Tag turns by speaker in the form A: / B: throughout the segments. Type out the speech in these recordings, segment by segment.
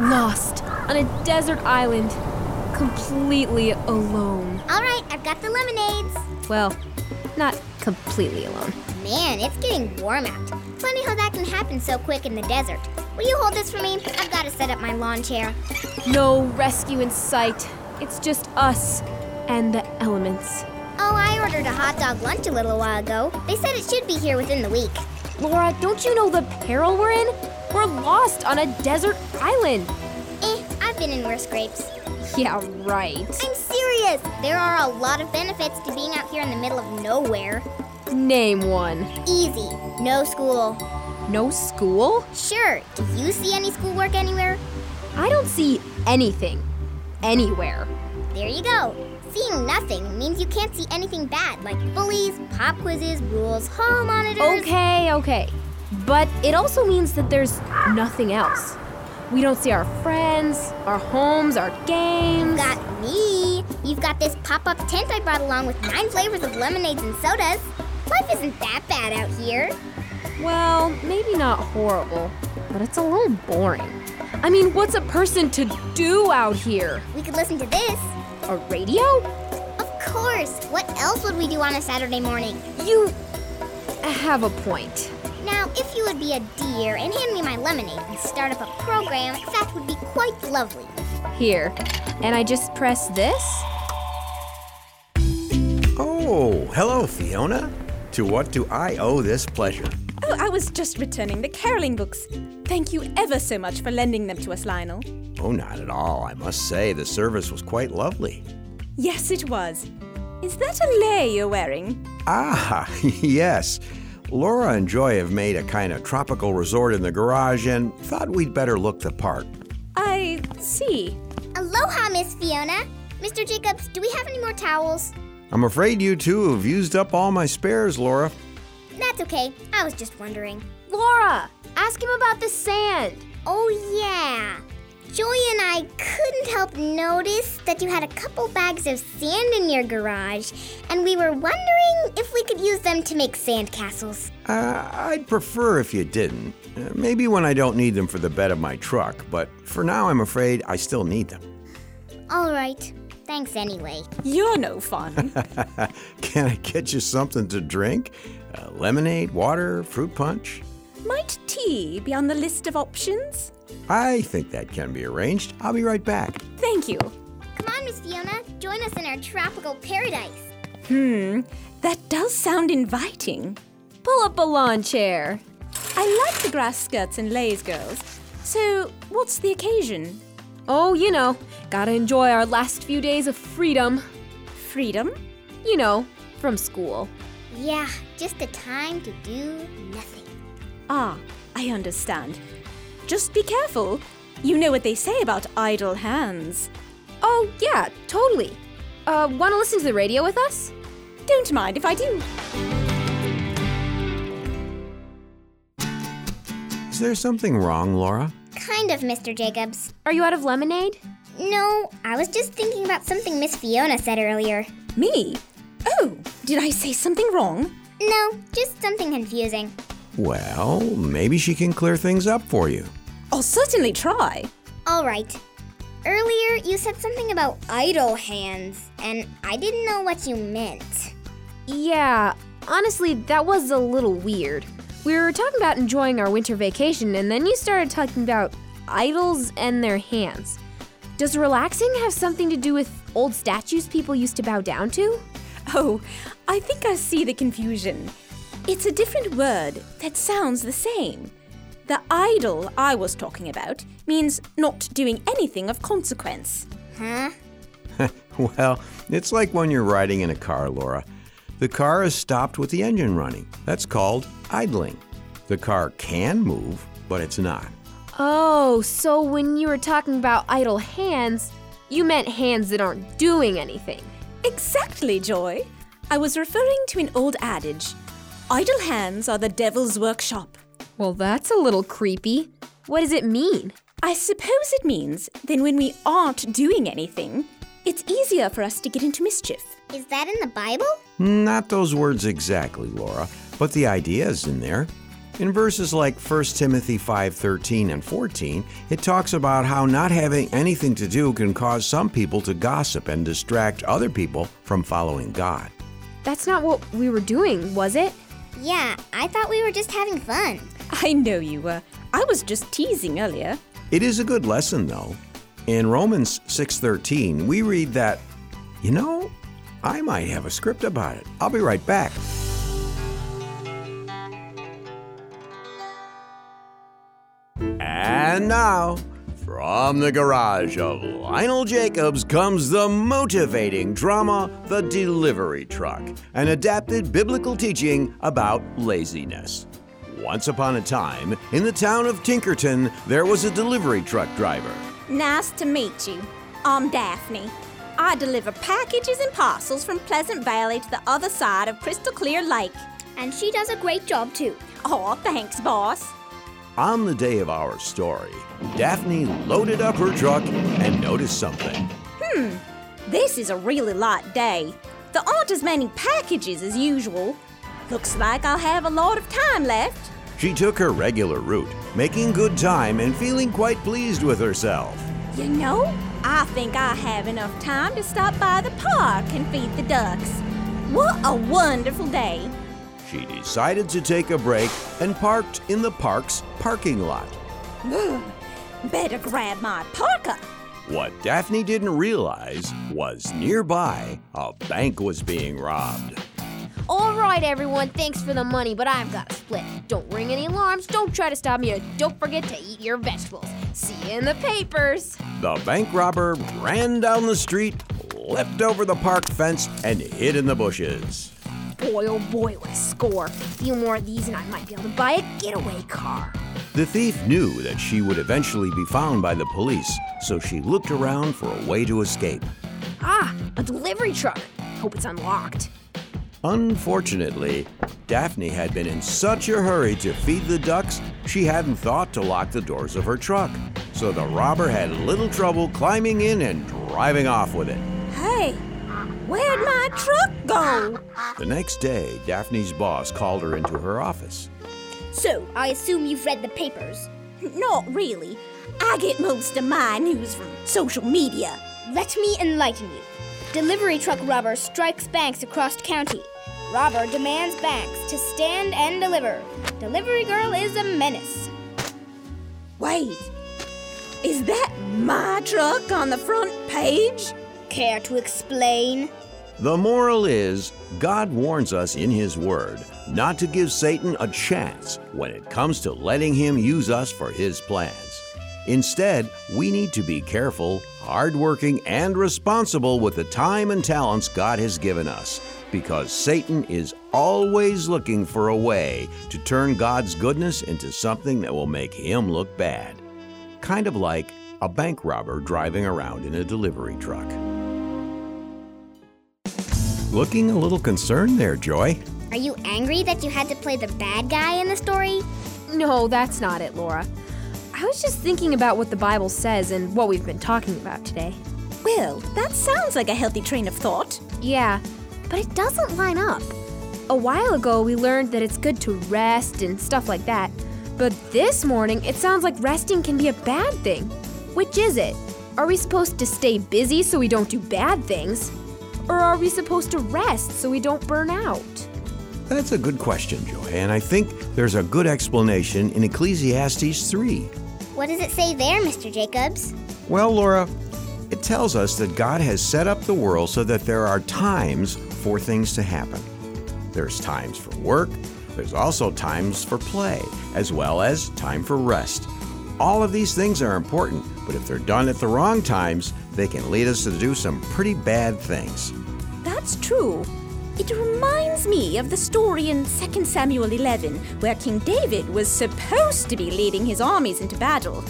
A: Lost on a desert island, completely alone.
B: All right, I've got the lemonades.
A: Well, not completely alone.
B: Man, it's getting warm out. Funny how that can happen so quick in the desert. Will you hold this for me? I've got to set up my lawn chair.
A: No rescue in sight. It's just us and the elements.
B: Oh, I ordered a hot dog lunch a little while ago. They said it should be here within the week.
A: Laura, don't you know the peril we're in? We're lost on a desert island.
B: Eh, I've been in worse scrapes.
A: Yeah, right.
B: I'm serious. There are a lot of benefits to being out here in the middle of nowhere.
A: Name one.
B: Easy. No school.
A: No school?
B: Sure. Do you see any schoolwork anywhere?
A: I don't see anything. Anywhere.
B: There you go. Seeing nothing means you can't see anything bad, like bullies, pop quizzes, rules, hall monitors.
A: Okay, okay. But it also means that there's nothing else. We don't see our friends, our homes, our games.
B: Got me. You've got this pop-up tent I brought along with nine flavors of lemonades and sodas. Life isn't that bad out here.
A: Well, maybe not horrible, but it's a little boring. I mean, what's a person to do out here?
B: We could listen to this.
A: A radio?
B: Of course. What else would we do on a Saturday morning?
A: You have a point.
B: Now, if you would be a dear and hand me my lemonade and start up a program, that would be quite lovely.
A: Here. And I just press this?
C: Oh, hello, Fiona. To what do I owe this pleasure?
D: Oh, I was just returning the caroling books. Thank you ever so much for lending them to us, Lionel.
C: Oh, not at all. I must say, the service was quite lovely.
D: Yes, it was. Is that a lei you're wearing?
C: Ah, yes. Laura and Joy have made a kind of tropical resort in the garage and thought we'd better look the part.
D: I see.
B: Aloha, Miss Fiona. Mr. Jacobs, do we have any more towels?
C: I'm afraid you two have used up all my spares, Laura.
B: That's okay. I was just wondering.
A: Laura, ask him about the sand.
B: Oh, yeah. Joy and I couldn't help notice that you had a couple bags of sand in your garage, and we were wondering if we could use them to make sandcastles.
C: Uh, I'd prefer if you didn't. Uh, Maybe when I don't need them for the bed of my truck, but for now, I'm afraid I still need them.
B: All right. Thanks anyway.
D: You're no fun.
C: Can I get you something to drink? Uh, lemonade, water, fruit punch?
D: Might tea be on the list of options?
C: I think that can be arranged. I'll be right back.
D: Thank you.
B: Come on, Miss Fiona. Join us in our tropical paradise.
D: That does sound inviting.
A: Pull up a lawn chair.
D: I like the grass skirts and leis, girls. So, what's the occasion?
A: Oh, you know, gotta enjoy our last few days of freedom.
D: Freedom?
A: You know, from school.
B: Yeah, just a time to do nothing.
D: Ah, I understand. Just be careful. You know what they say about idle hands.
A: Oh, yeah, totally. Uh, wanna listen to the radio with us?
D: Don't mind if I do.
C: Is there something wrong, Laura?
B: Kind of, Mr. Jacobs.
A: Are you out of lemonade?
B: No, I was just thinking about something Miss Fiona said earlier.
D: Me? Oh, did I say something wrong?
B: No, just something confusing.
C: Well, maybe she can clear things up for you.
D: I'll certainly try.
B: All right. Earlier, you said something about idle hands, and I didn't know what you meant.
A: Yeah, honestly, that was a little weird. We were talking about enjoying our winter vacation, and then you started talking about idols and their hands. Does relaxing have something to do with old statues people used to bow down to?
D: Oh, I think I see the confusion. It's a different word that sounds the same. The idle I was talking about means not doing anything of consequence.
B: Huh?
C: Well, it's like when you're riding in a car, Laura. The car is stopped with the engine running. That's called idling. The car can move, but it's not.
A: Oh, so when you were talking about idle hands, you meant hands that aren't doing anything.
D: Exactly, Joy. I was referring to an old adage idle hands are the devil's workshop.
A: Well, that's a little creepy. What does it mean?
D: I suppose it means then when we aren't doing anything, it's easier for us to get into mischief.
B: Is that in the Bible?
C: Not those words exactly, Laura, but the idea is in there. In verses like 1 Timothy 5:13 and 14, it talks about how not having anything to do can cause some people to gossip and distract other people from following God.
A: That's not what we were doing, was it?
B: Yeah, I thought we were just having fun.
D: I know you were. I was just teasing earlier.
C: It is a good lesson though. In Romans 6:13, we read that, you know, I might have a script about it. I'll be right back. And now, from the garage of Lionel Jacobs comes the motivating drama, The Delivery Truck, an adapted biblical teaching about laziness. Once upon a time, in the town of Tinkerton, there was a delivery truck driver.
D: Nice to meet you. I'm Daphne. I deliver packages and parcels from Pleasant Valley to the other side of Crystal Clear Lake.
B: And she does a great job, too.
D: Aw, thanks, boss.
C: On the day of our story, Daphne loaded up her truck and noticed something.
D: This is a really light day. There aren't as many packages as usual. Looks like I'll have a lot of time left.
C: She took her regular route, making good time and feeling quite pleased with herself.
D: You know, I think I have enough time to stop by the park and feed the ducks. What a wonderful day!
C: She decided to take a break and parked in the park's parking lot.
D: Better grab my parka.
C: What Daphne didn't realize was nearby, a bank was being robbed.
A: All right, everyone, thanks for the money, but I've got a split. Don't ring any alarms, don't try to stop me, and don't forget to eat your vegetables. See you in the papers.
C: The bank robber ran down the street, leapt over the park fence, and hid in the bushes.
A: Boy, oh boy, what a score. A few more of these, and I might be able to buy a getaway car.
C: The thief knew that she would eventually be found by the police, so she looked around for a way to escape.
A: Ah, a delivery truck. Hope it's unlocked.
C: Unfortunately, Daphne had been in such a hurry to feed the ducks, she hadn't thought to lock the doors of her truck. So the robber had little trouble climbing in and driving off with it.
D: Hey, where'd my truck go?
C: The next day, Daphne's boss called her into her office.
B: So, I assume you've read the papers.
D: Not really. I get most of my news from social media.
B: Let me enlighten you. Delivery truck robber strikes banks across county. Robber demands banks to stand and deliver. Delivery girl is a menace.
D: Wait, is that my truck on the front page?
B: Care to explain?
C: The moral is God warns us in His Word not to give Satan a chance when it comes to letting him use us for his plans. Instead, we need to be careful, hardworking, and responsible with the time and talents God has given us, because Satan is always looking for a way to turn God's goodness into something that will make him look bad. Kind of like a bank robber driving around in a delivery truck. Looking a little concerned there, Joy.
B: Are you angry that you had to play the bad guy in the story?
A: No, that's not it, Laura. I was just thinking about what the Bible says and what we've been talking about today.
D: Well, that sounds like a healthy train of thought.
A: Yeah, but it doesn't line up. A while ago, we learned that it's good to rest and stuff like that. But this morning, it sounds like resting can be a bad thing. Which is it? Are we supposed to stay busy so we don't do bad things? Or are we supposed to rest so we don't burn out?
C: That's a good question, Joy, and I think there's a good explanation in Ecclesiastes 3.
B: What does it say there, Mr. Jacobs?
C: Well, Laura, it tells us that God has set up the world so that there are times for things to happen. There's times for work, there's also times for play, as well as time for rest. All of these things are important, but if they're done at the wrong times, they can lead us to do some pretty bad things.
D: That's true. It reminds me of the story in 2 Samuel 11, where King David was supposed to be leading his armies into battle,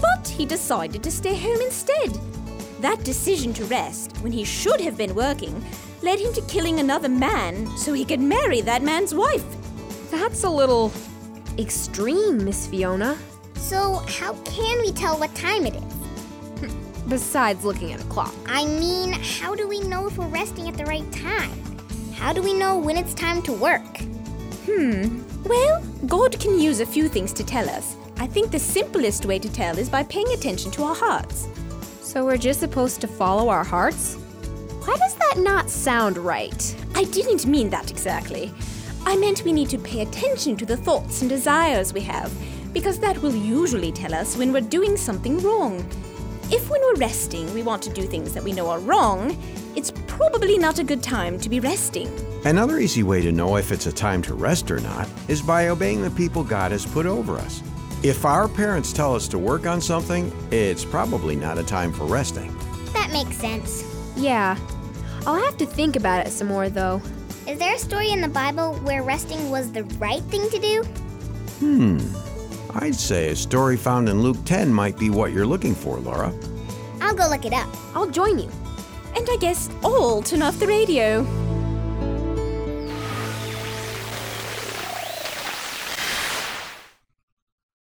D: but he decided to stay home instead. That decision to rest, when he should have been working, led him to killing another man so he could marry that man's wife.
A: That's a little extreme, Miss Fiona.
B: So, how can we tell what time it is?
A: Besides looking at a clock.
B: I mean, how do we know if we're resting at the right time? How do we know when it's time to work?
D: Well, God can use a few things to tell us. I think the simplest way to tell is by paying attention to our hearts.
A: So we're just supposed to follow our hearts? Why does that not sound right?
D: I didn't mean that exactly. I meant we need to pay attention to the thoughts and desires we have, because that will usually tell us when we're doing something wrong. If when we're resting we want to do things that we know are wrong, it's probably not a good time to be resting.
C: Another easy way to know if it's a time to rest or not is by obeying the people God has put over us. If our parents tell us to work on something, it's probably not a time for resting.
B: That makes sense.
A: Yeah. I'll have to think about it some more, though.
B: Is there a story in the Bible where resting was the right thing to do?
C: I'd say a story found in Luke 10 might be what you're looking for, Laura.
B: I'll go look it up.
A: I'll join you.
D: And I guess all turn off the radio.